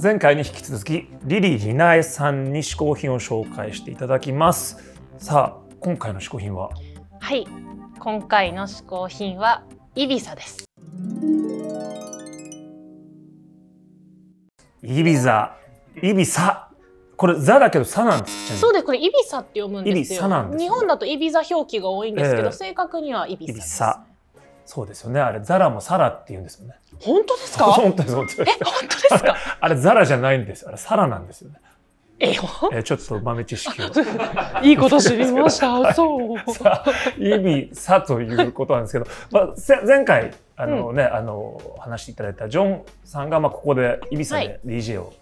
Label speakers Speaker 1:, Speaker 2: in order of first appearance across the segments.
Speaker 1: 前回に引き続きリリー・リナエさんに試行品を紹介していただきますさあ今回の試行品は
Speaker 2: はい、今回の試行品はイビサです。
Speaker 1: イビザイビサこれザだけどサなんですちなみに
Speaker 2: そうです、これイビサって読むんです
Speaker 1: イビ
Speaker 2: よ。
Speaker 1: サなんですね
Speaker 2: 日本だとイビザ表記が多いんですけ
Speaker 1: え
Speaker 2: ど、
Speaker 1: え
Speaker 2: 正確にはイビ
Speaker 1: イ
Speaker 2: サ
Speaker 1: ビ
Speaker 2: です。
Speaker 1: サそうですよねあれザラもサラって言うんですよね
Speaker 2: 本当ですか？
Speaker 1: 本当です本当
Speaker 2: え、
Speaker 1: です
Speaker 2: 本当です か？
Speaker 1: あれザラじゃないんですよあれサラなんですよね、
Speaker 2: えよ、
Speaker 1: えーちょっと豆知識を
Speaker 2: いいこと知り ました。そう。
Speaker 1: さイビサということなんですけど、 まあ、せ前回あの、ねあの話していただいたジョンさんが、まあ、ここでイビサ
Speaker 2: は
Speaker 1: で DJ を、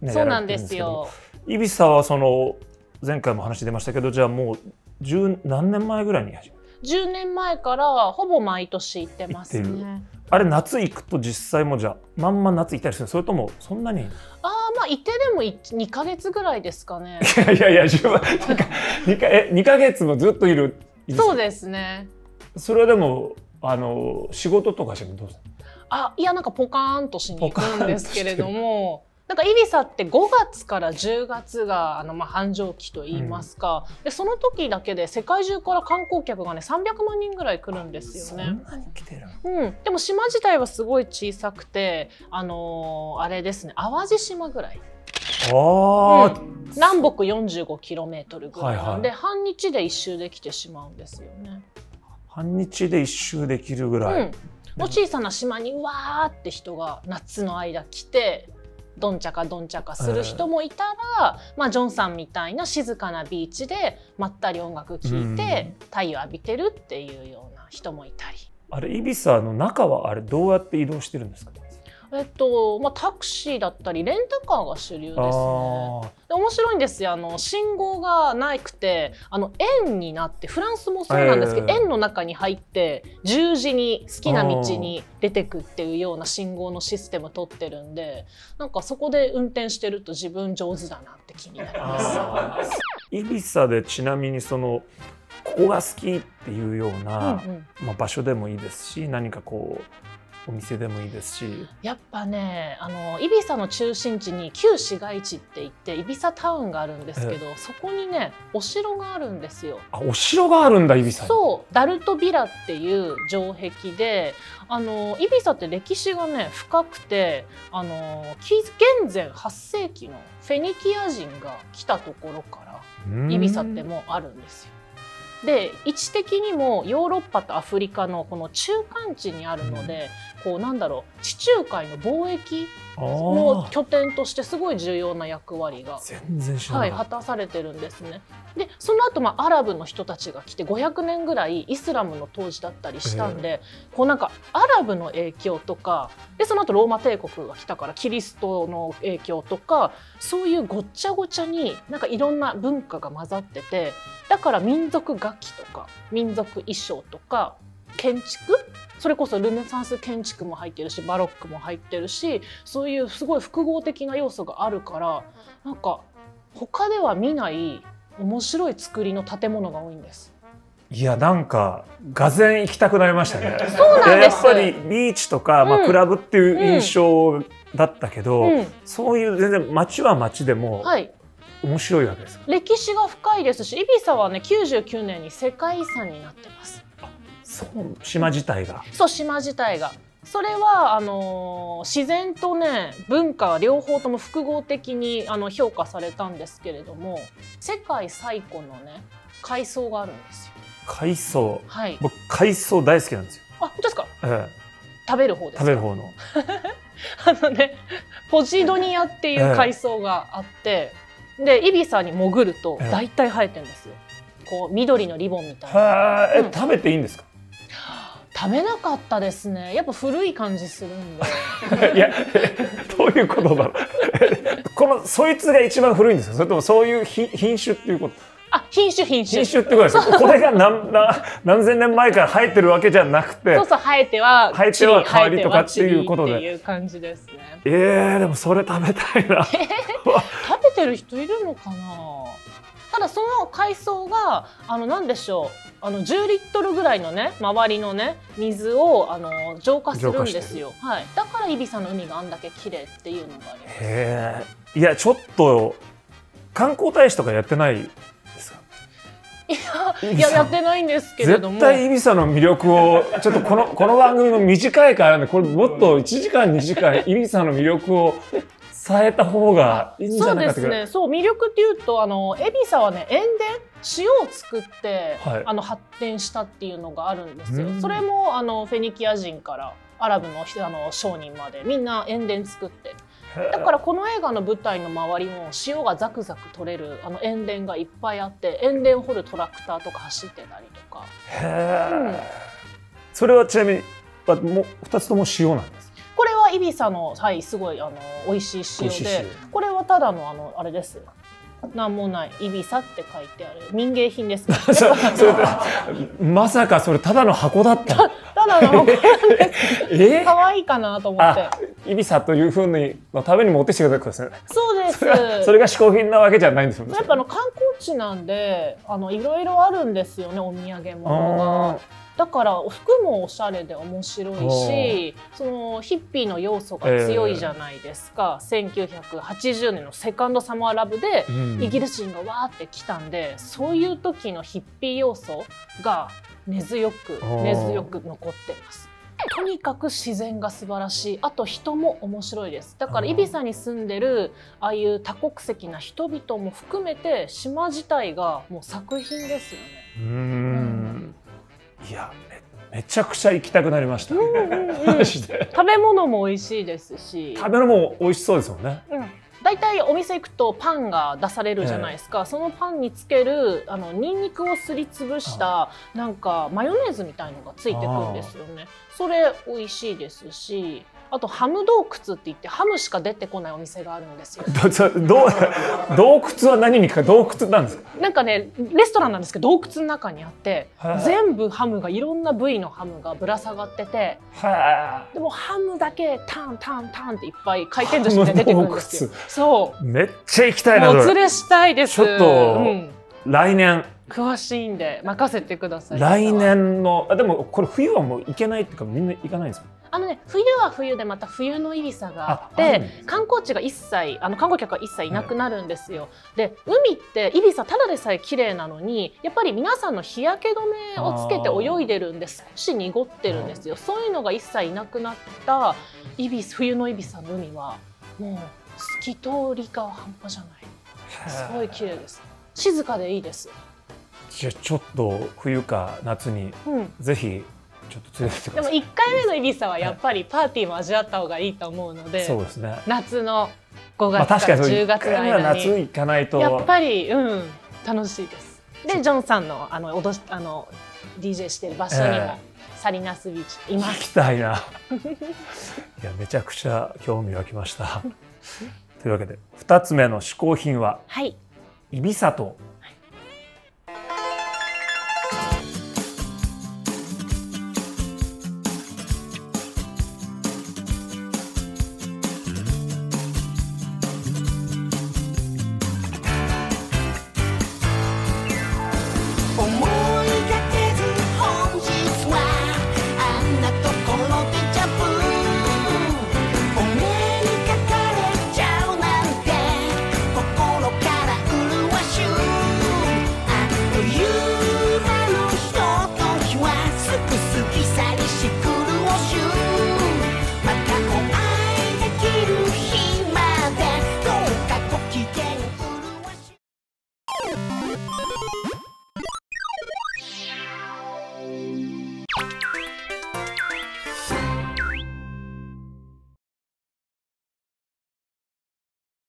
Speaker 1: ね
Speaker 2: そうな
Speaker 1: やられ
Speaker 2: ん
Speaker 1: てる
Speaker 2: です
Speaker 1: けども
Speaker 2: よ。
Speaker 1: イビサはその前回も話出ましたけどじゃあもう十何年前ぐらいに始め
Speaker 2: 10年前からほぼ毎年行ってます
Speaker 1: 行って
Speaker 2: ね。
Speaker 1: あれ夏行くと実際もじゃあまんま夏行ったりするそれともそんなに い
Speaker 2: ああ、まあ行ってでも2ヶ月ぐらいです かね。
Speaker 1: やいやいや十分2か 二かえ二ヶ月もずっといる
Speaker 2: そう
Speaker 1: で
Speaker 2: ですね。
Speaker 1: すそれはでもあの仕事とかしてもどうする
Speaker 2: あいやなんかポカーンとしに行
Speaker 1: ポカーン
Speaker 2: く
Speaker 1: と
Speaker 2: んですけれどもなんかイリサって5月から10月があのまあ繁盛期と言いますか、でその時だけで世界中から観光客がね300万人ぐらい来るんですよね。
Speaker 1: そんなに来てるの
Speaker 2: うん、でも島自体はすごい小さくて、あのーあれですね淡路島ぐらい
Speaker 1: あー、
Speaker 2: 南北 45km ぐらいなんで、
Speaker 1: は
Speaker 2: 半日で一周できてしまうんですよね。
Speaker 1: 半日で一周できるぐらい、
Speaker 2: うん、の小さな島にうわーって人が夏の間来てどんちゃかどんちゃかする人もいたら、まあ、ジョンさんみたいな静かなビーチでまったり音楽聴いて太陽浴びてるっていうような人もいたり。
Speaker 1: あれイビサの中はあれどうやって移動してるんですか
Speaker 2: えっとまあ、タクシーだったりレンタカーが主流です
Speaker 1: あ
Speaker 2: ね。
Speaker 1: ー
Speaker 2: で面白いんですよあの信号がなくてあの円になってフランスもそうなんですけど、
Speaker 1: ええ
Speaker 2: 円の中に入って十字に好きな道に出てくっていうような信号のシステム取ってるんでなんかそこで運転してると自分上手だなって気になります。
Speaker 1: イビサでちなみにそのここが好きっていうよう
Speaker 2: うんう
Speaker 1: な、
Speaker 2: ん、
Speaker 1: まあ、場所でもいいですし何かこうお店でもいいですし
Speaker 2: やっぱねあのイビサの中心地に旧市街地って言ってイビサタウンがあるんですけど、そこにねお城があるんですよ。
Speaker 1: あお城があるんだイビサに
Speaker 2: そうダルトビラっていう城壁であのイビサって歴史がね深くてあの紀現前8世紀のフェニキア人が来たところか
Speaker 1: う
Speaker 2: ら
Speaker 1: ん
Speaker 2: イビサってもうあるんですよ。で位置的にもヨーロッパとアフリカのこの中間地にあるので、こうなんだろう地中海の貿易
Speaker 1: あ
Speaker 2: の
Speaker 1: ー
Speaker 2: 拠点としてすごい重要な役割が
Speaker 1: 全然知ら
Speaker 2: は、
Speaker 1: ないか
Speaker 2: 果
Speaker 1: った
Speaker 2: されてるんですね。でその後、まあ、アラブの人たちが来て500年ぐらいイスラムの当時だったりしたんで、こうなんかアラブの影響とかでその後ローマ帝国が来たからキリストの影響とかそういうごっちゃごちゃになんかいろんな文化が混ざっててだから民族楽器とか民族衣装とか建築それこそルネサンス建築も入ってるしバロックも入ってるしそういうすごい複合的な要素があるからなんか他では見ない面白い作りの建物が多いんです。
Speaker 1: いやなんかがぜ行きたくなりましたね
Speaker 2: そうなんで
Speaker 1: い
Speaker 2: す
Speaker 1: ややっぱりビーチとか、ま
Speaker 2: う
Speaker 1: あ、
Speaker 2: ん
Speaker 1: クラブっていう印象だったけど、
Speaker 2: うん、
Speaker 1: そういう全然街は街でも
Speaker 2: はい、
Speaker 1: 面白いわけですか、
Speaker 2: 歴史が深いですし、イビサはね99年に世界遺産になってます。
Speaker 1: そう島自体が
Speaker 2: そう島自体が。それはあのー自然とね文化は両方とも複合的にあの評価されたんですけれども世界最古のね階層があるんですよ。
Speaker 1: 海藻
Speaker 2: はい。
Speaker 1: 僕海藻大好きなんですよ、
Speaker 2: あ本当ですか
Speaker 1: え
Speaker 2: 食べる方で
Speaker 1: え、
Speaker 2: すか
Speaker 1: 食べる方の
Speaker 2: あのね、ポジドニアっていう海藻があって、で、イビサに潜ると
Speaker 1: ええ
Speaker 2: 大体生えてるんですよ。こう、緑のリボンみたいな。
Speaker 1: はあ、
Speaker 2: う
Speaker 1: え
Speaker 2: ん
Speaker 1: 食べていいんですか
Speaker 2: 食べなかったですね。やっぱ古い感じする んで。
Speaker 1: いやどういうことだろう このそいつが一番古いんですかそれともそういう品品種っていうこと
Speaker 2: あ、品種品種。
Speaker 1: 品種ってことですかこれが何 何何千年前から生えてるわけじゃなくて
Speaker 2: そうそう、生えては、
Speaker 1: 生えては
Speaker 2: 地理
Speaker 1: 変わりとかっていうことで
Speaker 2: 生えては地理っていう感じですね。
Speaker 1: えー、でもそれ食べたいな
Speaker 2: 食べてる人いるのかなただその海藻があの何でしょうあの10リットルぐらいのね周りのね水をあの浄化するんですよ、はい、だからイビサの海があんだけ綺麗っていうのがあります
Speaker 1: へえいやちょっと観光大使とかやってないですかいや
Speaker 2: いややってないんですけれども
Speaker 1: 絶対イビサの魅力をちょっとこの この番組も短いからねこれもっと1時間2時間イビサの魅力を伝えた方がいいんじ
Speaker 2: そ
Speaker 1: ゃ
Speaker 2: う
Speaker 1: ないか
Speaker 2: で
Speaker 1: って
Speaker 2: す
Speaker 1: ぐらい
Speaker 2: ね。そう魅力っていうとあのエビサはね塩田塩を作って、
Speaker 1: はい
Speaker 2: あの発展したっていうのがあるんですよ
Speaker 1: う。ん
Speaker 2: それもあのフェニキア人からアラブの人あの商人までみんな塩田作って。だからこの映画の舞台の周りも塩がザクザク取れるあの塩田がいっぱいあって塩田を掘るトラクターとか走ってたりとか。
Speaker 1: へえそれはちなみにあもう2つとも塩なん です
Speaker 2: これはイビサのはいすごいあの美味しい
Speaker 1: 美
Speaker 2: 塩
Speaker 1: 味しい
Speaker 2: で。これはただのあのあれです。なんもないイビサって書いてある民芸品ですから。
Speaker 1: 塩 そそれでまさかそれただの箱だったの
Speaker 2: ただの
Speaker 1: え
Speaker 2: 可愛いかなと思って
Speaker 1: あ。イビサというふうにのために持ってきてください
Speaker 2: そうです。
Speaker 1: それがそれが嗜好品なわけじゃないんですよね
Speaker 2: やっぱあの観光地なんで、あのいろいろあるんですよね、お土産
Speaker 1: あ
Speaker 2: 物が。だからお服もおしゃれで面白いし、そのヒッピーの要素が強いじゃないですか。1980年のセカンドサマーラブで
Speaker 1: ー、うん
Speaker 2: イギリス人がわーって来たんで、そういう時のヒッピー要素が根強く
Speaker 1: あー
Speaker 2: 根強く残ってます。とにかく自然が素晴らしい。あと人も面白いです。だか
Speaker 1: あ
Speaker 2: ら
Speaker 1: ー
Speaker 2: イビサに住んでるああいう多国籍な人々も含めて島自体がもう作品ですよね。
Speaker 1: うーんいやめめちゃくちゃ行きたくなりました、
Speaker 2: うんうんうん
Speaker 1: マジで
Speaker 2: 食べ物も美味しいですし。
Speaker 1: 食べるも美味しそうですもんね
Speaker 2: うん大体お店行くとパンが出されるじゃないですか、そのパンにつけるあのニンニクをすりつぶしたなんかマヨネーズみたいのがついてくるんですよねそれ美味しいですしあとハム洞窟って言ってハムしか出てこないお店があるんですよ
Speaker 1: ど そどう洞窟は何にか洞窟なんですか
Speaker 2: なんかねレストランなんですけど洞窟の中にあって
Speaker 1: はい
Speaker 2: 全部ハムがいろんな部位のハムがぶら下がってて
Speaker 1: は
Speaker 2: でもハムだけタンタンタンっていっぱい回転寿司みたいに出てくるんですよそ
Speaker 1: あめっちゃ行きた
Speaker 2: う
Speaker 1: い
Speaker 2: も
Speaker 1: な
Speaker 2: うお
Speaker 1: そ
Speaker 2: 連
Speaker 1: れ
Speaker 2: れしたいです
Speaker 1: ちょっと
Speaker 2: うん
Speaker 1: 来年
Speaker 2: 詳しいんで任せてください
Speaker 1: 来年のあでもこれ冬はもう行けないっていうかみんな行かないんですか
Speaker 2: あのね冬は冬でまた冬のイビサがあっ
Speaker 1: ああるん
Speaker 2: て
Speaker 1: です
Speaker 2: 観光地が一切あの観光客が一切いなくなるんですよ、で海ってイビサただでさえ綺麗なのにやっぱり皆さんの日焼け止めをつけて泳いでるんで少し濁ってるんですよそういうのが一切いなくなったイビス冬のイビサの海はもう透き通りが半端じゃないすごい綺麗です静かでいいです
Speaker 1: じゃあちょっと冬か夏に
Speaker 2: うん
Speaker 1: ぜひちょっと連れてってく
Speaker 2: で
Speaker 1: だ
Speaker 2: も
Speaker 1: さい
Speaker 2: 1回目のイビサはやっぱりパーティーも味わった方がいいと思うので、
Speaker 1: そうですね
Speaker 2: 夏の5
Speaker 1: まあ確
Speaker 2: 月か
Speaker 1: からにそう1
Speaker 2: 10月の
Speaker 1: 回目は
Speaker 2: 間に、
Speaker 1: 夏行かないと
Speaker 2: やっぱり、うん、楽しいです。でジョンさんのあの踊しあの DJ してる場所にも、
Speaker 1: ええ
Speaker 2: サリナスビーチいま
Speaker 1: 行
Speaker 2: す。
Speaker 1: きたいないやめちゃくちゃ興味湧きましたというわけで2つ目の嗜好品は
Speaker 2: はい
Speaker 1: イビサと